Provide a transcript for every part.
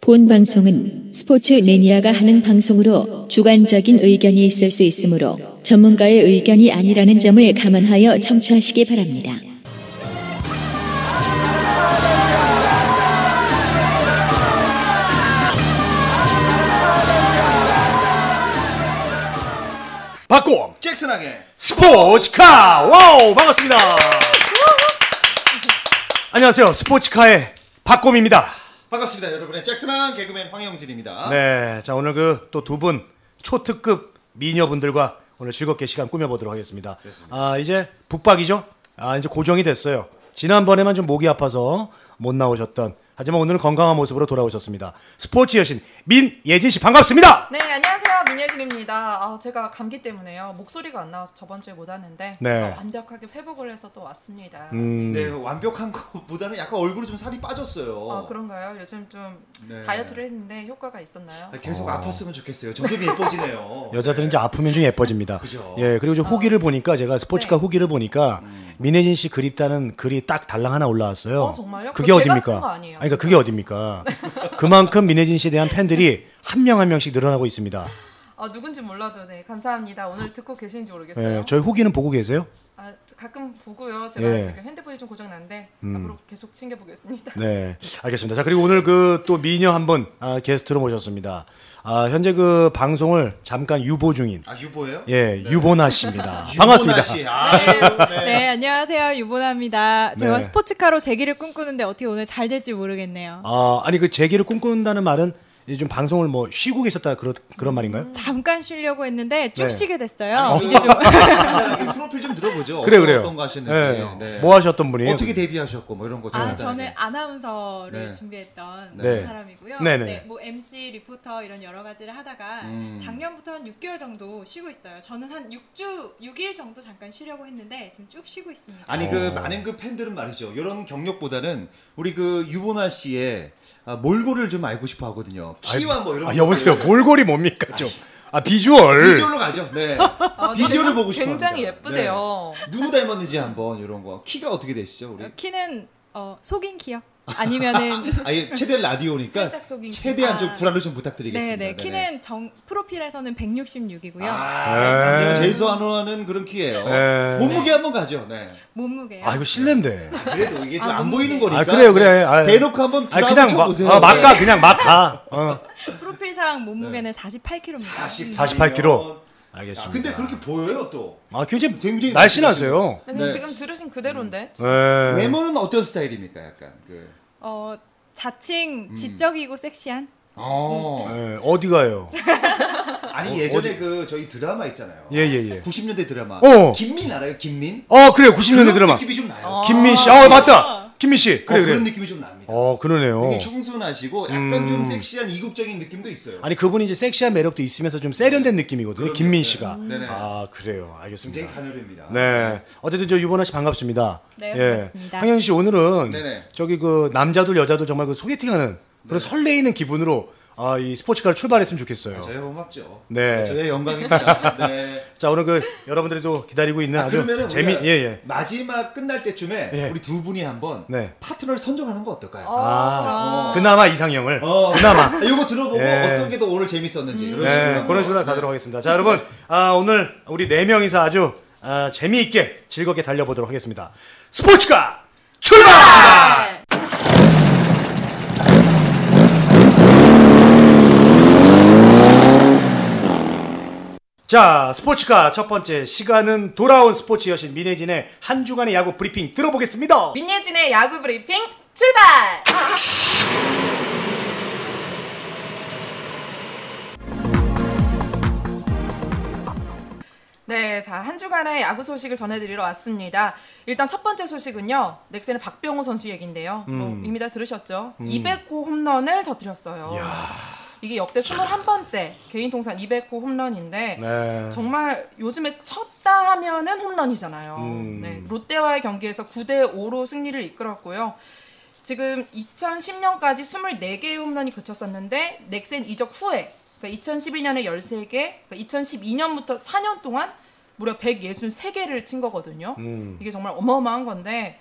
본 방송은 스포츠 매니아가 하는 방송으로 주관적인 의견이 있을 수 있으므로 전문가의 의견이 아니라는 점을 감안하여 청취하시기 바랍니다. 박곰 잭슨하게 스포츠카 와우 반갑습니다. 안녕하세요 스포츠카의 박곰입니다. 반갑습니다 여러분의 잭슨한 개그맨 황영진입니다 네, 자 오늘 그 또 두 분 초특급 미녀분들과 오늘 즐겁게 시간 꾸며보도록 하겠습니다. 아 이제 북박이죠? 아 이제 고정이 됐어요. 지난번에만 좀 목이 아파서 못 나오셨던 하지만 오늘은 건강한 모습으로 돌아오셨습니다. 스포츠 여신 민예진 씨 반갑습니다. 네 안녕하세요 민예진입니다. 아, 제가 감기 때문에요 목소리가 안 나와서 저번 주에 못 왔는데 네. 제가 완벽하게 회복을 해서 또 왔습니다. 네, 완벽한 것보다는 약간 얼굴이 좀 살이 빠졌어요 아 그런가요? 요즘 좀 네. 다이어트를 했는데 효과가 있었나요? 계속 아팠으면 좋겠어요 점점 어, 예뻐지네요 여자들은 이제 아프면 좀 예뻐집니다. 그죠. 예, 그리고 저 후기를 보니까 제가 스포츠카 네. 후기를 보니까 음. 민혜진 씨 그립다는 글이 딱 달랑 하나 올라왔어요. 어, 정말요? 그게 그거 제가 어딥니까? 쓴거 아니에요, 그러니까 그게 어딥니까? 그만큼 민혜진 씨에 대한 팬들이 한 명 한 명씩 늘어나고 있습니다. 아 누군지 몰라도 네 감사합니다. 아, 오늘 듣고 계신지 모르겠어요. 네, 예, 저희 후기는 보고 계세요? 아, 가끔 보고요. 제가 예. 지금 핸드폰이 좀 고장난데 음. 앞으로 계속 챙겨보겠습니다. 네, 알겠습니다. 자, 그리고 오늘 그 또 미녀 한 분 아, 게스트로 모셨습니다. 아, 현재 그 방송을 잠깐 유보 중인 아 유보예요? 예, 유보나 씨입니다. 유보나 반갑습니다. 씨. 아, 네. 네, 안녕하세요. 유보나입니다. 저와 네. 스포츠카로 재기를 꿈꾸는데 어떻게 오늘 잘 될지 모르겠네요. 아, 아니 그 재기를 꿈꾼다는 말은 이제 좀 방송을 뭐 쉬고 계셨다 그런 그런 말인가요? 음. 잠깐 쉬려고 했는데 쭉 네. 쉬게 됐어요. 아니, 이제 좀 간단하게 프로필 좀 들어보죠 그래 어떤- 그래요. 어떤 거 하셨는지 예. 네. 뭐 하셨던 분이 어떻게 데뷔하셨고 뭐 이런 거좀 아, 간단하게. 저는 아나운서를 네. 준비했던 네. 사람이고요. 네네. 네, 뭐 MC, 리포터 이런 여러 가지를 하다가 음. 작년부터 한 6개월 정도 쉬고 있어요. 저는 한 6주, 6일 정도 잠깐 쉬려고 했는데 지금 쭉 쉬고 있습니다. 아니 그 어. 많은 그 팬들은 말이죠. 이런 경력보다는 우리 그 유보나 씨의 아, 몰골을 좀 알고 싶어 하거든요. 키와 뭐 이런 아, 것들. 여보세요. 몰골이 뭡니까 좀. 아 비주얼. 비주얼로 가죠. 네. 아, 비주얼을 정말 보고 싶어 굉장히 합니다. 예쁘세요. 네. 누구 닮았는지 한번 이런 거. 키가 어떻게 되시죠, 우리? 어, 키는 어, 속인 키요. 아니면은 아예 최대한 라디오니까 살짝 속인 키. 최대한 좀 아. 불안을 좀 부탁드리겠습니다. 네네 키는 정 프로필에서는 166이고요. 아, 네. 남자가 제일 선호하는 그런 키예요. 네. 몸무게 한번 가죠. 네. 몸무게요. 아 이거 실례인데. 그래도 이게 지금 아, 안 몸무게. 보이는 거니까. 네. 아 그래요 그래. 아, 대놓고 한번 아 불안 그냥 좀 막, 보세요. 네. 아, 아, 막 가, 그냥 막 가. 어. 프로필상 몸무게는 48kg입니다. 48 킬로. 알겠습니다. 네. 아, 근데 그렇게 보여요 또. 아 굉장히, 굉장히 날씬하세요. 네, 그럼 네. 지금 들으신 그대로인데 네. 외모는 어떤 스타일입니까? 약간 그. 어, 자칭 지적이고 섹시한? 어. 네, 어디 가요? 아니 예전에 그 저희 드라마 있잖아요. 어, 예, 예, 예. 90년대 드라마. 어. 김민 알아요? 김민? 어 그래요 90년대 그런 드라마. 느낌이 좀 나요. 어. 김민 씨. 아 맞다. 김민 씨. 그래 어, 그래. 그런 느낌이 좀 납니다. 어 그러네요. 되게 청순하시고 약간 좀 섹시한 이국적인 느낌도 있어요. 아니 그분이 이제 섹시한 매력도 있으면서 좀 세련된 느낌이거든요. 그럼요. 김민 네. 씨가. 네네. 아 그래요. 굉장히 알겠습니다. 가늘입니다. 네. 어쨌든 저 유보나 씨 반갑습니다. 예. 네, 반갑습니다. 황영 씨 오늘은 네네. 네. 저기 그 남자들 여자들 정말 그 소개팅하는 그런 설레이는 기분으로 아, 이 스포츠카를 출발했으면 좋겠어요. 저희 고맙죠. 네. 저희 영광입니다. 네. 자 오늘 그 여러분들이 또 기다리고 있는 아, 아, 주 그러면은 재미 우리가 예예. 마지막 끝날 때쯤에 예. 우리 두 분이 한번 네. 파트너를 선정하는 거 어떨까요? 어. 아, 그나마 이상형을 어. 그나마 아, 이거 들어보고 예. 어떤 게 더 오늘 음. 재밌었는지 이런 식으로 네, 한번. 그런 식으로 가도록 하겠습니다. 자, 여러분, 네. 아, 오늘 우리 네 명이서 아주 아, 재미있게 즐겁게 달려보도록 하겠습니다. 스포츠카 출발! 자, 스포츠카 첫 번째 시간은 돌아온 스포츠 여신 민혜진의 한 주간의 야구 브리핑 들어보겠습니다. 민예진의 야구 브리핑 출발. 네, 자, 한 주간의 야구 소식을 전해드리러 왔습니다. 일단 첫 번째 소식은요, 넥센의 박병호 선수 얘기인데요. 뭐 이미 다 들으셨죠? 200호 홈런을 터뜨렸어요. 이게 역대 21번째 개인 통산 200호 홈런인데, 네. 정말 요즘에 쳤다 하면은 홈런이잖아요. 네, 롯데와의 경기에서 9대 5로 승리를 이끌었고요. 지금 2010년까지 24개의 홈런이 그쳤었는데 넥센 이적 후에 그러니까 2011년에 13개, 그러니까 2012년부터 4년 동안 무려 163개를 친 거거든요. 음. 이게 정말 어마어마한 건데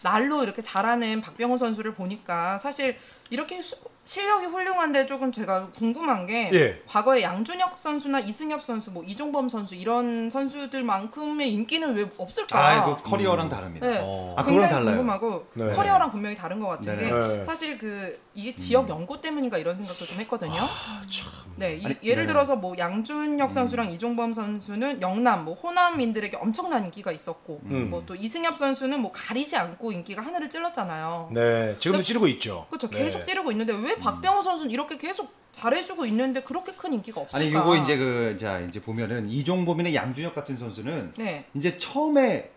날로 이렇게 잘하는 박병호 선수를 보니까 사실 이렇게 수- 실력이 훌륭한데 조금 제가 궁금한 게 예. 과거에 양준혁 선수나 이승엽 선수, 뭐 이종범 선수 이런 선수들만큼의 인기는 왜 없을까? 아, 그 커리어랑 다릅니다. 네. 어. 아, 그거랑 굉장히 달라요. 궁금하고 네. 커리어랑 분명히 다른 것 같은 네. 음. 게 네. 사실 그 이게 지역 연고 때문인가 이런 생각도 좀 했거든요. 네, 이- 아, 아니, 예를 네. 음. 들어서 뭐 양준혁 선수랑 이종범 선수는 영남, 뭐 호남인들에게 엄청난 인기가 있었고, 음. 뭐 또 이승엽 선수는 뭐 가리지 않고 인기가 하늘을 찔렀잖아요. 네, 지금도 그- 찌르고 있죠. 그렇죠. 네. 계속 찌르고 있는데 왜 박병호 선수는 이렇게 계속 잘해주고 있는데 그렇게 큰 인기가 없을까? 아니, 요거 이제 그, 자, 이제 보면은 이종범이나 양준혁 같은 선수는 네. 이제 처음에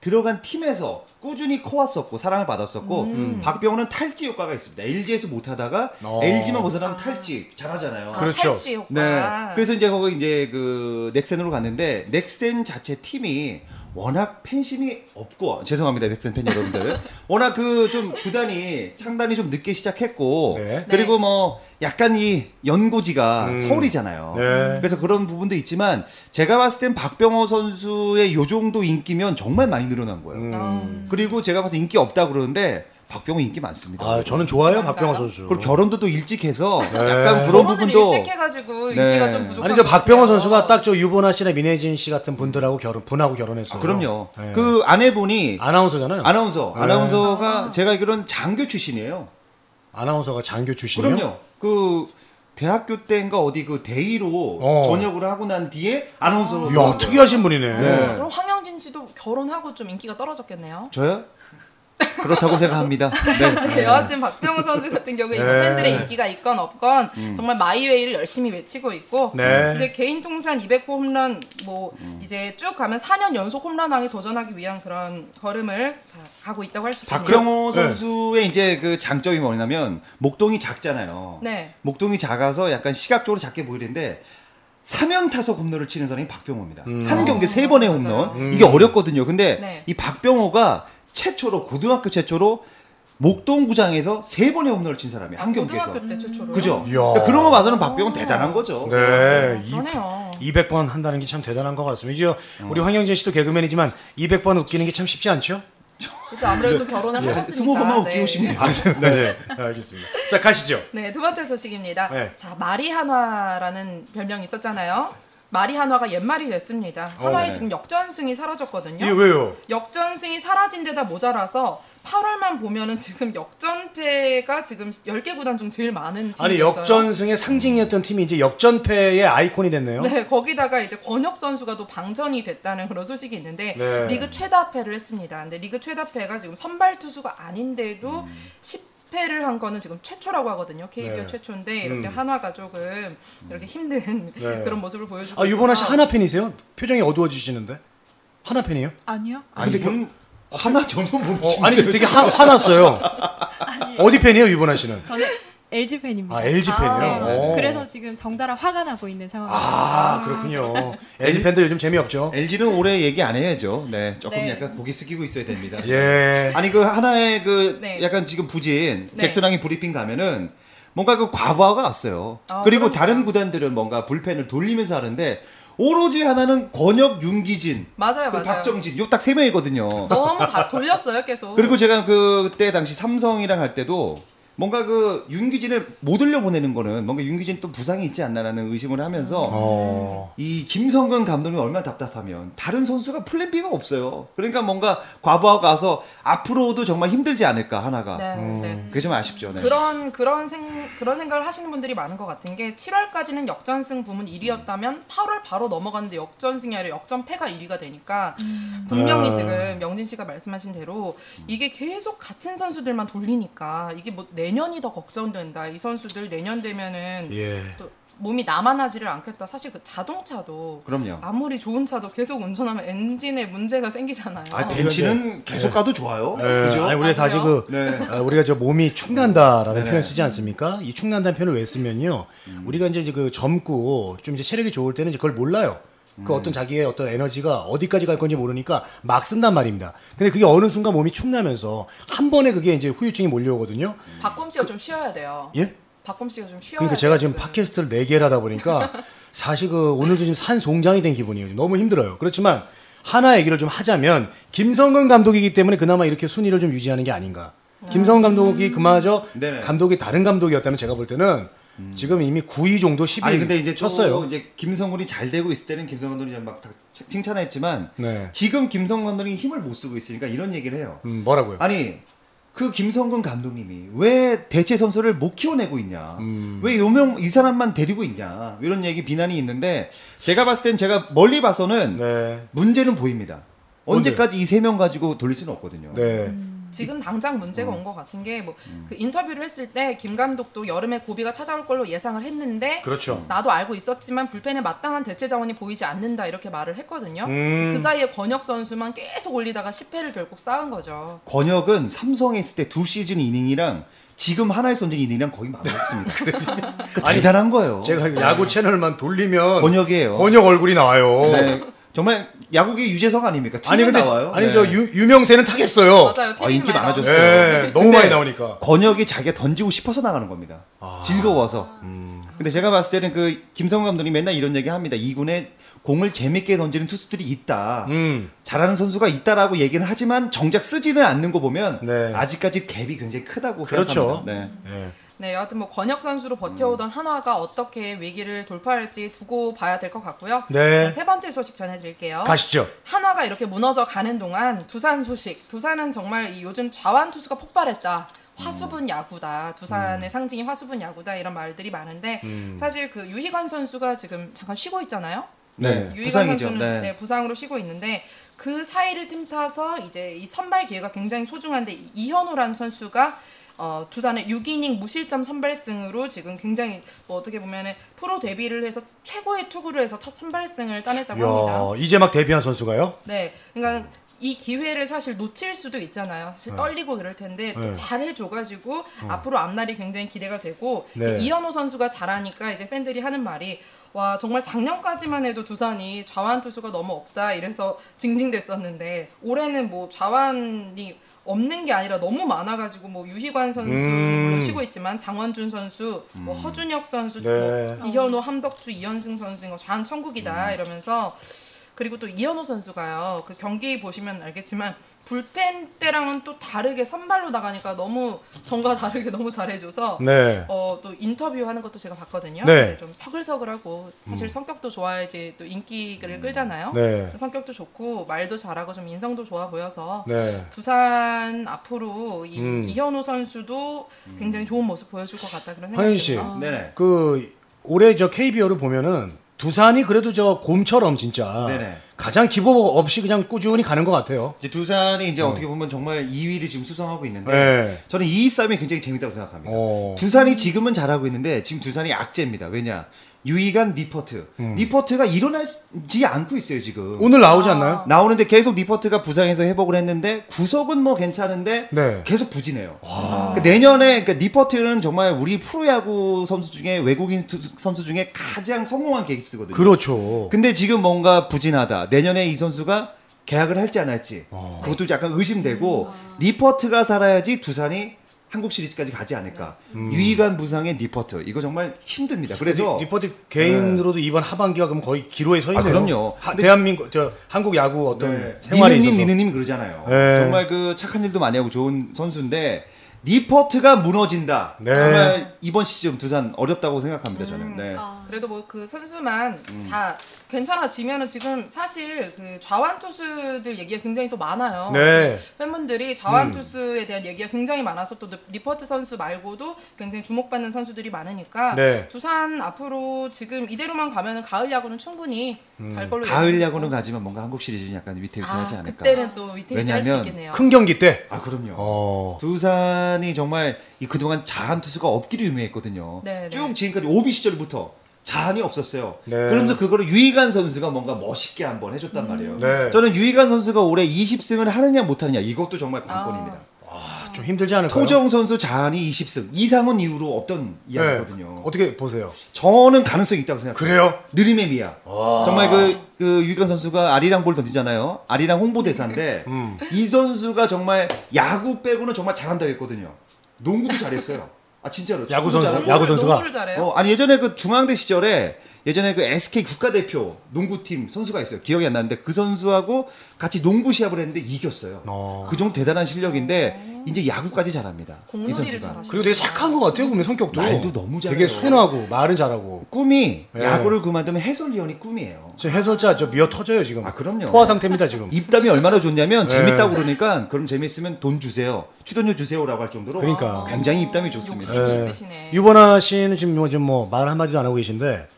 들어간 팀에서 꾸준히 커왔었고 사랑을 받았었고 음. 박병호는 탈지 효과가 있습니다. LG에서 못하다가 어. LG만 벗어나면 탈지 잘하잖아요. 아, 그렇죠. 탈취 효과. 네. 그래서 이제 거기 이제 그 넥센으로 갔는데 넥센 자체 팀이 워낙 팬심이 없고 죄송합니다 넥센 팬 여러분들 워낙 그 좀 구단이 창단이 좀 늦게 시작했고 네. 그리고 뭐 약간 이 연고지가 음. 서울이잖아요. 네. 그래서 그런 부분도 있지만 제가 봤을 땐 박병호 선수의 요 정도 인기면 정말 많이 늘어난 거예요. 음. 그리고 제가 봐서 인기 없다 그러는데 박병호 인기 많습니다. 아, 저는 좋아요, 그런가요? 박병호 선수. 그리고 결혼도 또 일찍 해서 약간 네. 그런 결혼을 부분도 일찍 해가지고 네. 인기가 좀 부족한 아니 저 것 박병호 같아요. 선수가 딱 저 유보나 씨나 민혜진 씨 같은 분들하고 결혼 분하고 결혼했어요. 아, 그럼요. 네. 그 아내분이 아나운서잖아요. 아나운서, 네. 아나운서가 제가 알기로는 장교 출신이에요. 아나운서가 장교 출신이요. 그럼요. 그 대학교 때인가 어디 그 대의로 어. 전역을 하고 난 뒤에 아나운서로. 이야 들어간 특이하신 분이네. 네. 그럼 황영진 씨도 결혼하고 좀 인기가 거예요. 떨어졌겠네요. 저요? 그렇다고 생각합니다. 네. 네, 여하튼 박병호 선수 같은 경우에 이런 네. 팬들의 인기가 있건 없건 음. 정말 마이웨이를 열심히 외치고 있고 네. 이제 개인 통산 200호 홈런 뭐 음. 이제 쭉 가면 4년 연속 홈런왕에 도전하기 위한 그런 걸음을 다 가고 있다고 할 수 있겠네요. 박병호 네. 선수의 이제 그 장점이 뭐냐면 목동이 작잖아요. 네. 목동이 작아서 약간 시각적으로 작게 보이는데 사면 타서 홈런을 치는 사람이 박병호입니다. 음. 한 경기 세 번의 홈런 맞아요. 이게 어렵거든요. 근데 네. 이 박병호가 최초로 고등학교 최초로 목동 구장에서 세 번의 홈런을 친 사람이 한 경기에서 고등학교 때 최초로. 그죠? 이야. 그러니까 그런 거 봐서는 박병호 대단한 거죠. 네. 이- 그러네요. 200번 한다는 게 참 대단한 것 같습니다. 이제 우리 황영진 씨도 개그맨이지만 200번 웃기는 게 참 쉽지 않죠? 그죠? 아무래도 결혼을 하셨으니까. 네. 예. 스무 번만 네. 웃기고 싶네요. 아, 네, 네, 알겠습니다. 자 가시죠. 네, 두 번째 소식입니다. 네. 자, 마리한화라는 별명이 있었잖아요. 마리한화가 옛말이 됐습니다. 한화에 네. 지금 역전승이 사라졌거든요. 이게 왜요? 역전승이 사라진 데다 모자라서 8월만 보면은 지금 역전패가 지금 10개 구단 중 제일 많은 팀이 아니 역전승의 상징이었던 팀이 이제 역전패의 아이콘이 됐네요. 네, 거기다가 이제 권혁 선수가 또 방전이 됐다는 그런 소식이 있는데 네. 리그 최다패를 했습니다. 근데 리그 최다패가 지금 선발 투수가 아닌데도 10패를 한 거는 지금 최초라고 하거든요. KBO 음. 네. 최초인데 이렇게 음. 한화가 조금 이렇게 힘든 네. 그런 모습을 보여주고 아 유보나 씨 있어서 하나 팬이세요? 표정이 어두워지시는데 하나 팬이에요? 아니요. 아니, 근데 그 하나 전혀 모르시는데 어, 아니 되게 화, 화났어요. 어디 팬이에요 유보나 씨는? 저는 LG 팬입니다. 어, 아 LG 팬이요. 아, 오. 네. 그래서 지금 덩달아 화가 나고 있는 상황입니다. 아 그렇군요. LG 팬들 요즘 재미없죠. LG는 올해 얘기 안 해야죠. 네, 조금 네. 약간 고기 숙이고 있어야 됩니다. 예. 아니 그 하나의 그 네. 약간 지금 부진 네. 잭슨왕이 브리핑 가면은 뭔가 그 과부하가 왔어요. 아, 그리고 그럼요. 다른 구단들은 뭔가 불펜을 돌리면서 하는데 오로지 하나는 권혁, 윤기진, 네, 맞아요, 그 맞아요. 박정진 요 딱 세 명이거든요. 너무 다 돌렸어요, 계속. 그리고 제가 그 그때 당시 삼성이랑 할 때도 뭔가 그 윤기진을 못 올려 보내는 거는 뭔가 윤기진 또 부상이 있지 않나라는 의심을 하면서 어. 이 김성근 감독이 얼마나 답답하면 다른 선수가 플랜 B가 없어요. 그러니까 뭔가 과부하가 가서 앞으로도 정말 힘들지 않을까 하나가. 아. 음. 네, 네. 그게 좀 아쉽죠. 네. 그런 그런 생 그런 생각을 하시는 분들이 많은 것 같은 게 7월까지는 역전승 부문 음. 1위였다면 8월 바로 넘어갔는데 역전승이 아니라 역전패가 1위가 되니까 분명히 아. 음. 지금 명진 씨가 말씀하신 대로 이게 계속 같은 선수들만 돌리니까 이게 뭐 내년이 더 걱정된다. 이 선수들 내년 되면은 예. 또 몸이 남아나지를 않겠다. 사실 그 자동차도 그럼요. 그렇죠. 아무리 좋은 차도 계속 운전하면 엔진에 문제가 생기잖아요. 아, 벤치는 계속 가도 좋아요. 어, 그죠? 아니 우리가 아, 사실 그래요? 그 네. 아, 우리가 저 몸이 축난다라는 네네. 표현 쓰지 않습니까? 이 축난다는 표현을 왜 쓰면요, 우리가 이제 그 젊고 좀 이제 체력이 좋을 때는 이제 그걸 몰라요. 그 어떤 자기의 어떤 에너지가 어디까지 갈 건지 모르니까 막 쓴단 말입니다. 근데 그게 어느 순간 몸이 축나면서 한 번에 그게 이제 후유증이 몰려오거든요. 박범 씨가 좀 쉬어야 돼요. 예? 박범 씨가 좀 쉬어야 그 그러니까 제가 돼요, 지금 팟캐스트를 4개를 하다 보니까 사실 그 오늘도 지금 산송장이 된 기분이에요. 너무 힘들어요. 그렇지만 하나 얘기를 좀 하자면 김성근 감독이기 때문에 그나마 이렇게 순위를 좀 유지하는 게 아닌가. 김성훈 감독이 그마저 네네. 음. 감독이 다른 감독이었다면 제가 볼 때는 지금 이미 9위 정도 10위 아니 근데 이제 쳤어요. 쳤어요. 이제 김성훈이 잘 되고 있을 때는 김성훈 감독이 막다 칭찬했지만 네. 지금 김성훈 감독이 힘을 못 쓰고 있으니까 이런 얘기를 해요. 음, 뭐라고요? 아니 그 김성근 감독님이 왜 대체 선수를 못 키워내고 있냐? 음. 왜 요명 이 사람만 데리고 있냐? 이런 얘기 비난이 있는데 제가 봤을 땐 제가 멀리 봐서는 네. 문제는 보입니다. 뭔데요? 언제까지 이 세 명 가지고 돌릴 수는 없거든요. 네. 음. 지금 당장 문제가 온 것 같은 게 뭐 그 인터뷰를 했을 때 김 감독도 여름에 고비가 찾아올 걸로 예상을 했는데 그렇죠. 나도 알고 있었지만 불펜에 마땅한 대체 자원이 보이지 않는다 이렇게 말을 했거든요. 음. 그 사이에 권혁 선수만 계속 올리다가 10회를 결국 쌓은 거죠. 권혁은 삼성에 있을 때 두 시즌 이닝이랑 지금 하나의 선진 이닝이랑 거의 맞먹습니다. 네. 그러니까 아니, 대단한 거예요. 제가 야구 채널만 돌리면 권혁이에요. 번역 얼굴이 나와요. 네, 정말 야구계 유재석 아닙니까? 아니 근데 나와요. 아니 네. 저 유, 유명세는 타겠어요. 맞아요. 아, 인기 많이 많아졌어요. 나오죠. 네, 너무 근데 많이 나오니까. 권혁이 자기가 던지고 싶어서 나가는 겁니다. 아. 즐거워서. 음. 근데 제가 봤을 때는 그 김성훈 감독이 맨날 이런 얘기 합니다. 이군에 공을 재밌게 던지는 투수들이 있다. 음. 잘하는 선수가 있다라고 얘기는 하지만 정작 쓰지는 않는 거 보면 네. 아직까지 갭이 굉장히 크다고 그렇죠. 생각합니다. 네. 네. 네, 여하튼 뭐 권혁 선수로 버텨오던 한화가 어떻게 위기를 돌파할지 두고 봐야 될 것 같고요. 네. 세 번째 소식 전해드릴게요. 가시죠. 한화가 이렇게 무너져 가는 동안 두산 소식. 두산은 정말 이 요즘 좌완 투수가 폭발했다. 화수분 야구다. 음. 두산의 상징이 화수분 야구다. 이런 말들이 많은데 사실 그 유희관 선수가 지금 잠깐 쉬고 있잖아요. 네. 유희관 부상이죠. 선수는 네. 네, 부상으로 쉬고 있는데 그 사이를 틈타서 이제 이 선발 기회가 굉장히 소중한데 이- 이현우라는 선수가 어, 두산의 6이닝 무실점 선발승으로 지금 굉장히 뭐 어떻게 보면은 프로 데뷔를 해서 최고의 투구를 해서 첫 선발승을 따냈다고 합니다. 야, 이제 막 데뷔한 선수가요? 네, 그러니까 이 기회를 사실 놓칠 수도 있잖아요. 사실 떨리고 이럴 텐데 또 네. 어. 잘해줘가지고 앞으로 앞날이 굉장히 기대가 되고 네. 이제 이현우 선수가 잘하니까 이제 팬들이 하는 말이 와 정말 작년까지만 해도 두산이 좌완 투수가 너무 없다 이래서 징징댔었는데 올해는 뭐 좌완이 없는 게 아니라 너무 많아가지고 뭐 유희관 선수 음. 물론 쉬고 있지만 장원준 선수, 뭐 허준혁 선수, 네. 뭐 이현우, 함덕주, 이현승 선수 이거 좌한 음. 천국이다 이러면서 그리고 또 이현우 선수가요. 그 경기 보시면 알겠지만 불펜 때랑은 또 다르게 선발로 나가니까 너무 전과 다르게 너무 잘해줘서 네. 어, 또 인터뷰하는 것도 제가 봤거든요. 네. 음. 근데 좀 서글서글하고 사실 성격도 좋아야지 또 인기를 끌잖아요. 네. 성격도 좋고 말도 잘하고 좀 인성도 좋아 보여서 네. 두산 앞으로 이, 음. 이현우 선수도 굉장히 좋은 모습 보여줄 것 같다 그런 하윤 생각이 씨. 들어요. 네네. 그 올해 저 KBO를 보면은 두산이 그래도 저 곰처럼 진짜 네네. 가장 기복 없이 그냥 꾸준히 가는 것 같아요. 이제 두산이 이제 어떻게 보면 정말 2위를 지금 수성하고 있는데 음. 네. 저는 이 싸움이 굉장히 재밌다고 생각합니다. 어. 두산이 지금은 잘하고 있는데 지금 두산이 악재입니다. 왜냐? 유이간 니퍼트. 음. 니퍼트가 일어나지 않고 있어요, 음. 지금. 오늘 나오지 않나요? 아. 나오는데 계속 니퍼트가 부상해서 회복을 했는데 구속은 뭐 괜찮은데 네. 계속 부진해요. 그러니까 내년에 그러니까 니퍼트는 정말 우리 프로야구 선수 중에 외국인 투수- 선수 중에 가장 성공한 케이스거든요. 그렇죠. 근데 지금 뭔가 부진하다. 내년에 이 선수가 계약을 할지 안 할지 어. 그것도 약간 의심되고 니퍼트가 살아야지 두산이 한국 시리즈까지 가지 않을까. 유이간 부상의 니퍼트 이거 정말 힘듭니다. 그래서 음. 네. 리포트 개인으로도 이번 하반기가 그럼 거의 기로에 서 아, 있네요. 그럼요. 하- 근데- 대한민국 저 한국 야구 어떤 네. 생활이 있어서 니느님 니느님 그러잖아요. 네. 정말 그 착한 일도 많이 하고 좋은 선수인데 니퍼트가 무너진다. 네. 정말 이번 시즌 두산 어렵다고 생각합니다. 저는. 네. 아, 그래도 뭐 그 선수만 다 괜찮아지면은 지금 사실 그 좌완 투수들 얘기가 굉장히 또 많아요. 네. 팬분들이 좌완 투수에 대한 얘기가 굉장히 많아서 또 리퍼트 선수 말고도 굉장히 주목받는 선수들이 많으니까 네. 두산 앞으로 지금 이대로만 가면은 가을 야구는 충분히 갈 걸로 가을 예상되고. 야구는 가지만 뭔가 한국 시리즈는 약간 위태위태하지 아, 않을까. 그때는 또 위태위태할 수 왜냐면 있겠네요. 큰 경기 때. 아 그럼요. 어. 두산이 정말 이 그동안 자한 투수가 없기로 유명했거든요. 네, 쭉 네. 지금까지 오비 시절부터 자한이 없었어요. 네. 그러면서 그거를 유이간 선수가 뭔가 멋있게 한번 해줬단 음. 말이에요. 네. 저는 유이간 선수가 올해 20승을 하느냐 못하느냐 이것도 정말 관건입니다. 아, 좀 힘들지 않을까요? 토정 선수 자한이 20승 이상은 이후로 없던 네. 이야기거든요. 아, 네. 어떻게 보세요? 저는 가능성이 있다고 생각해요. 그래요? 느림의 미야. 아. 정말 그, 그 유이간 선수가 아리랑 볼 던지잖아요. 아리랑 홍보대사인데 음. 이 선수가 정말 야구 빼고는 정말 잘한다고 했거든요. 농구도 잘했어요. 아 진짜로. 야구 축구도 선수, 잘하고. 야구 선수가? 농구를 잘해요. 어, 아니 예전에 그 중앙대 시절에 예전에 그 SK 국가대표 농구팀 선수가 있어요. 기억이 안 나는데 그 선수하고 같이 농구 시합을 했는데 이겼어요. 어. 그 정도 대단한 실력인데 이제 야구까지 잘합니다. 이 어. 공놀이를 선수가. 잘하시고 그리고 되게 착한 것 같아요 보면 성격도 말도 너무 잘해요. 되게 순하고 말은 잘하고 꿈이 예. 야구를 그만두면 해설위원이 꿈이에요. 저 해설자 저 미어 터져요 지금 아, 그럼요. 포화 상태입니다 지금 입담이 얼마나 좋냐면 네. 재밌다고 그러니까 그럼 재밌으면 돈 주세요 출연료 주세요라고 할 정도로 그러니까. 굉장히 입담이 좋습니다. 욕심이 네. 있으시네. 유보나 씨는 지금 뭐, 지금 뭐, 말 한마디도 안 하고 계신데,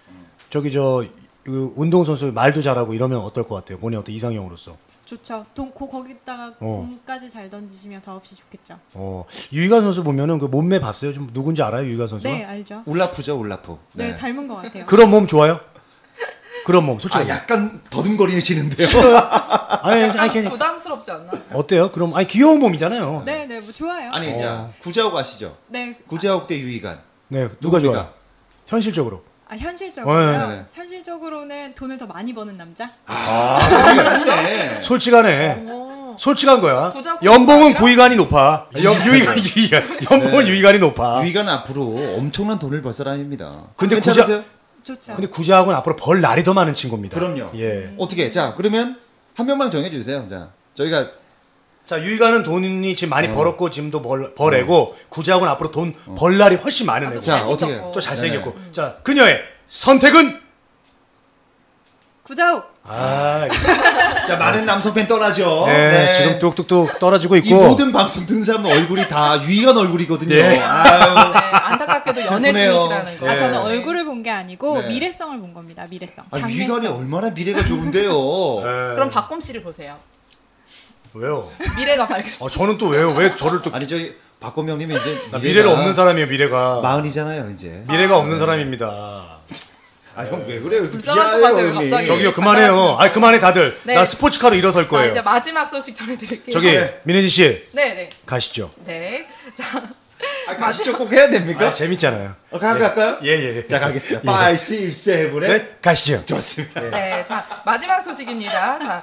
저기 저, 그 운동선수 말도 잘하고 이러면 어떨 것 같아요? 본인 어떤 이상형으로서. 좋죠. 동, 고, 거기다가 공까지 잘 던지시면 더없이 좋겠죠. 어, 유희관 선수 보면은 그 몸매 봤어요? 좀 누군지 알아요? 유희관 선수가? 네, 알죠. 울라프죠 울라프. 네, 닮은 것 같아요. 그런 몸 좋아요? 그런 몸, 아 솔직히. 약간 더듬거리시는데요. 네. 아니, 아니, 아니, 약간 괜히- 부담스럽지 않나? 네, 어때요? 그럼, 아니, 귀여운 몸이잖아요. 네, 네, 뭐 좋아요. 아니 어. 자 구자욱 아시죠? 네, 구자욱 대 유희관 네, 누가 누굽니까? 좋아요? 현실적으로. 아, 현실적으로요. 네, 아, 네. 현실적으로는 돈을 더 많이 버는 남자. 아. 아, 맞네. 솔직하네. 어. 솔직한 거야. 부자 부자 연봉은 아니라? 구이관이 높아. 연, 유이관이 유이관. 연봉은 네. 유이관이 높아. 유희관 앞으로 엄청난 돈을 벌 사람입니다. 근데 괜찮으세요? 좋죠. 근데 구자학은 앞으로 벌 날이 더 많은 친구입니다. 그럼요. 예. 어떻게 자 그러면 한 명만 정해주세요. 자 저희가 자 유희가는 돈이 지금 어. 많이 벌었고 지금도 벌, 벌애고 구자학은 앞으로 돈 벌날이 훨씬 많은 애고 또 자, 네. 잘생겼고. 어떻게- 또 잘생겼고 자 그녀의 선택은 구자욱. 아 자 많은 남성 팬 떠나죠. 네, 지금 뚝뚝뚝 떨어지고 어, 이 있고 모든 방송 듣는 사람 얼굴이 다 유희관 얼굴이거든요. 네. 아유. 네, 안타깝게도 연애 슬프네요. 중이시라는 거. 아, 저는 네. 얼굴을 본 게 아니고 네. 미래성을 본 겁니다. 미래성. 아, 장래성. 위관이 얼마나 미래가 좋은데요. 예. 네. 그럼 박곰 씨를 보세요. 왜요? 미래가 밝으시. 아 저는 또 왜요? 왜 저를 또 아니 저희 박범 형님이 이제 나 미래가 없는 사람이에요 미래가 마흔이잖아요 네. 이제. 미래가 없는 사람입니다 아 형 왜 그래요? 불쌍한 미안해요, 척하세요, 형님. 갑자기. 저기요 네, 그만해요 장난하시면서. 아 그만해 다들 네. 나 스포츠카로 일어설 아, 거예요 이제 마지막 소식 전해드릴게요. 저기 네. 민혜진 씨 네, 네, 가시죠 네. 자, 아, 가시죠 꼭 해야 됩니까? 아, 재밌잖아요 어, 가- 갈까요? 예예 예. 자 가겠습니다. 예. 5, 6, 7, 8 네, 가시죠 좋습니다. 네, 자 마지막 소식입니다. 자,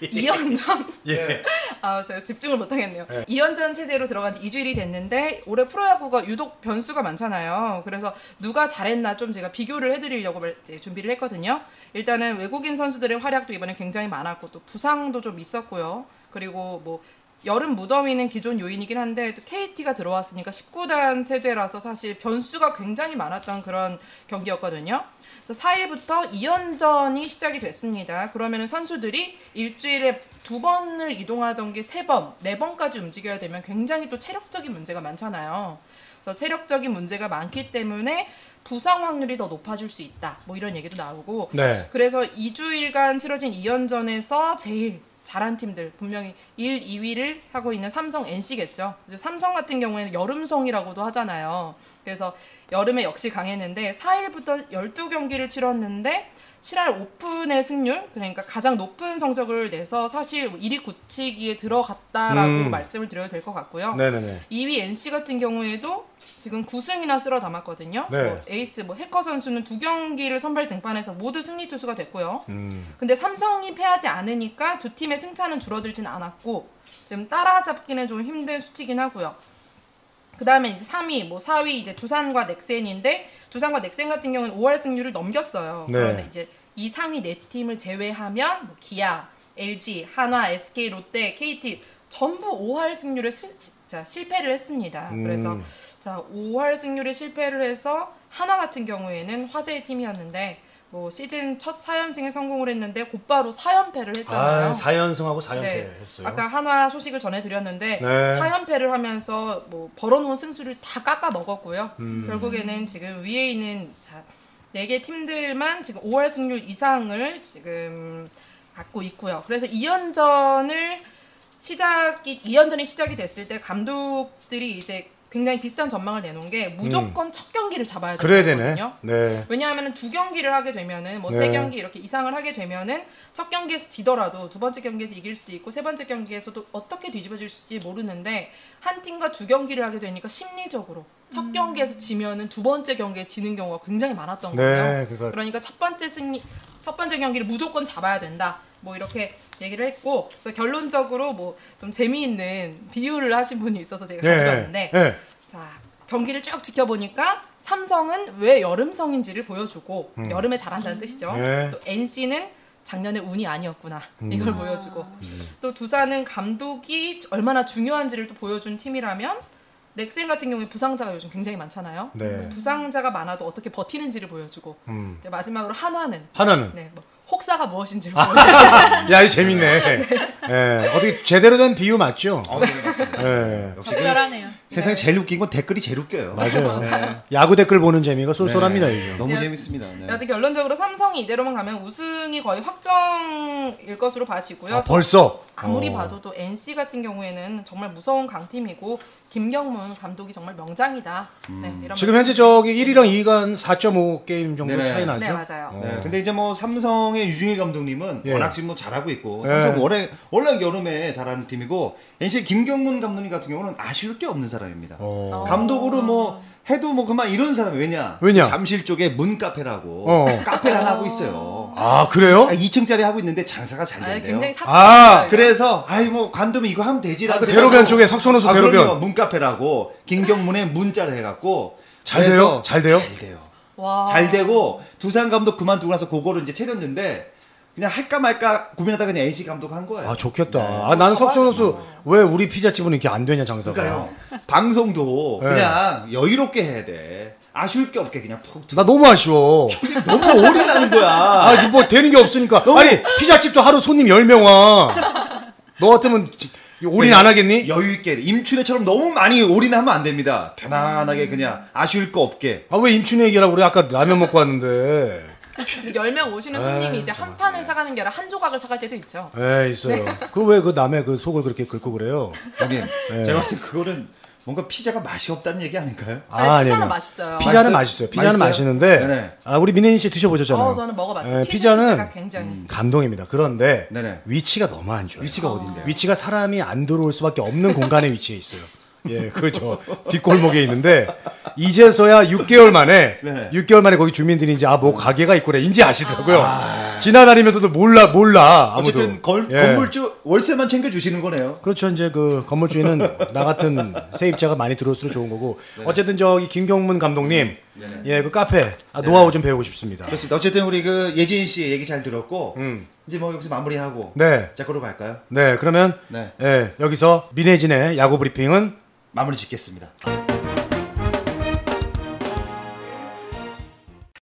이현정. 네. 예. 아, 제가 집중을 못하겠네요. 네. 이연전 체제로 들어간 지 2주일이 됐는데 올해 프로야구가 유독 변수가 많잖아요. 그래서 누가 잘했나 좀 제가 비교를 해드리려고 말- 이제 준비를 했거든요. 일단은 외국인 선수들의 활약도 이번에 굉장히 많았고 또 부상도 좀 있었고요. 그리고 뭐 여름 무더위는 기존 요인이긴 한데 또 KT가 들어왔으니까 19단 체제라서 사실 변수가 굉장히 많았던 그런 경기였거든요. 그래서 4일부터 2연전이 시작이 됐습니다. 그러면은 선수들이 일주일에 두 번을 이동하던 게 세 번, 네 번까지 움직여야 되면 굉장히 또 체력적인 문제가 많잖아요. 그래서 체력적인 문제가 많기 때문에 부상 확률이 더 높아질 수 있다. 뭐 이런 얘기도 나오고 네. 그래서 2주일간 치러진 2연전에서 제일 잘한 팀들 분명히 1, 2위를 하고 있는 삼성 NC겠죠. 삼성 같은 경우에는 여름성이라고도 하잖아요. 그래서 여름에 역시 강했는데 4일부터 12경기를 치렀는데 7할 오픈의 승률 그러니까 가장 높은 성적을 내서 사실 1위 굳히기에 들어갔다라고 음. 말씀을 드려도 될 것 같고요. 네네네 2위 NC 같은 경우에도 지금 9승이나 쓸어 담았거든요. 네. 뭐 에이스 뭐 해커 선수는 두 경기를 선발 등판해서 모두 승리 투수가 됐고요. 음. 근데 삼성이 패하지 않으니까 두 팀의 승차는 줄어들진 않았고 지금 따라잡기는 좀 힘든 수치긴 하고요. 그다음에 이제 3위, 뭐 4위 이제 두산과 넥센인데 두산과 넥센 같은 경우는 5월 승률을 넘겼어요. 네. 그런데 이제 이 상위 네 팀을 제외하면 뭐 기아, LG, 한화, SK, 롯데, KT 전부 5할 승률에 실, 자, 실패를 했습니다. 그래서 음. 자 5할 승률에 실패를 해서 한화 같은 경우에는 화제의 팀이었는데 뭐 시즌 첫 4연승에 성공을 했는데 곧바로 4연패를 했잖아요. 아, 4연승하고 4연패 네. 했어요. 아까 한화 소식을 전해드렸는데 네. 4연패를 하면서 뭐 벌어놓은 승수를 다 깎아 먹었고요. 음. 결국에는 지금 위에 있는 자, 4개 팀들만 지금 5월 승률 이상을 지금 갖고 있고요. 그래서 2연전을 시작이 2연전이 시작이 됐을 때 감독들이 이제 굉장히 비슷한 전망을 내놓은 게 무조건 첫 경기를 잡아야 음. 그래야 되네. 되거든요. 네. 왜냐하면 두 경기를 하게 되면은 뭐 네. 세 경기 이렇게 이상을 하게 되면은 첫 경기에서 지더라도 두 번째 경기에서 이길 수도 있고 세 번째 경기에서도 어떻게 뒤집어질지 모르는데 한 팀과 두 경기를 하게 되니까 심리적으로 첫 경기에서 지면은 두 번째 경기에 지는 경우가 굉장히 많았던 네, 거예요. 그러니까- 그러니까 첫 번째 승리 첫 번째 경기를 무조건 잡아야 된다. 뭐 이렇게 얘기를 했고 그래서 결론적으로 뭐 좀 재미있는 비유를 하신 분이 있어서 제가 예, 가져왔는데 예. 자 경기를 쭉 지켜보니까 삼성은 왜 여름성인지를 보여주고 여름에 잘한다는 뜻이죠. 음. 네. 음. 또 NC는 작년에 운이 아니었구나 이걸 보여주고 또 두산은 감독이 얼마나 중요한지를 또 보여준 팀이라면 넥센 같은 경우에 부상자가 요즘 굉장히 많잖아요. 네. 부상자가 많아도 어떻게 버티는지를 보여주고 음. 이제 마지막으로 한화는 하나는 네, 뭐 혹사가 무엇인지를 아, 보여주고 야, 이 재밌네. 예, 어떻게 제대로 된 비유 맞죠? 어, 네, 맞습니다. 예. 역시 그 적절하네요. 세상에 제일 웃긴 건 댓글이 제일 웃겨요. 맞아요. 예. 야구 댓글 보는 재미가 쏠쏠합니다, 네, 이게. 너무 재밌습니다. 네. 여튼 결론적으로 삼성이 이대로만 가면 우승이 거의 확정일 것으로 봐지고요. 아, 벌써 어, 아무리 어. 봐도 또 NC 같은 경우에는 정말 무서운 강팀이고 김경문 감독이 정말 명장이다. 네, 이런 지금 말씀- 현재 저기 1위랑 2위가 한 4.5 게임 정도 네네. 차이 나죠? 네, 맞아요. 어. 네, 근데 이제 뭐 삼성의 유중일 감독님은 예. 워낙 지금 뭐 잘하고 있고 예. 삼성 원래 원래 여름에 잘하는 팀이고 NC 의 김경문 감독님 같은 경우는 아쉬울 게 없는 사람입니다. 어. 감독으로 뭐 해도 뭐 그만 이런 사람이 왜냐? 그 왜냐? 잠실 쪽에 문 카페라고 어. 카페를 하나 하고 있어요. 아, 그래요? 아, 2층짜리 하고 있는데 장사가 잘 아, 된대요. 굉장히 사치. 아, 그래서 아이 뭐 간다면 이거 하면 되지라는 그 대로변 생각으로- 쪽에 석촌호수 아, 대로변. 그럼요. 문 카페라고 김경문의 문자를 해갖고 잘 그래서 돼요? 잘 돼요? 잘 돼요. 와. 잘 되고 두산 감독 그만두고 나서 그거를 이제 차렸는데 그냥 할까 말까 고민하다가 그냥 NC 감독 한 거예요. 아, 좋겠다. 아, 나는 석촌호수 왜 우리 피자집은 이렇게 안 되냐, 장사가. 네. 그러니까요. 방송도 네. 그냥 여유롭게 해야 돼. 아쉬울 게 없게 그냥 푹 들어. 나 너무 아쉬워. 너무 오래 나는 거야. 아, 이게 뭐 되는 게 없으니까. 아니, 피자집도 하루 손님 10명 와. 너 같으면 지- 올인 네. 안 하겠니? 여유 있게 임춘애처럼 너무 많이 올인하면 안 됩니다. 편안하게 그냥 아쉬울 거 없게. 아, 왜 임춘 얘기라고 그래? 아까 라면 먹고 왔는데. 10명 오시는 손님이 이제 한 판을 사가는 게 아니라 한 조각을 사갈 때도 있죠. 에 있어요. 네. 그 왜 그 남의 그 속을 그렇게 긁고 그래요? 형님, 네. 제가 봤을 때 그거는 뭔가 피자가 맛이 없다는 얘기 아닌가요? 아니, 피자는 아니에요. 네, 맛있어요. 피자는 맛있어요? 맛있어요. 피자는 맛있어요? 맛있는데 네네. 아, 우리 민혜진 씨 드셔보셨잖아요. 어, 저는 먹어봤죠. 예, 치즈 피자가 피자는 음. 굉장히 감동입니다. 그런데 음. 네네. 위치가 너무 안 좋아요. 위치가 어딘데요? 위치가 사람이 안 들어올 수밖에 없는 공간에 위치해 있어요. 예, 그렇죠. 뒷골목에 있는데 이제서야 6개월 만에 네. 6개월 만에 거기 주민들이 이제 아 뭐 가게가 있구래 인지 아시더라고요. 지나다니면서도 몰라 몰라 아무도. 어쨌든 걸, 예. 건물주 월세만 챙겨 주시는 거네요. 그렇죠. 이제 그 건물주인은 나 같은 세입자가 많이 들어올수록 좋은 거고. 어쨌든 저기 김경문 감독님, 네네. 예 그 카페 아, 노하우 좀 배우고 싶습니다. 그렇습니다. 어쨌든 우리 그 예진 씨 얘기 잘 들었고 음. 이제 뭐 여기서 마무리하고 네, 자 그러고 갈까요? 네 그러면 네. 예 여기서 민혜진의 야구 브리핑은 마무리 짓겠습니다.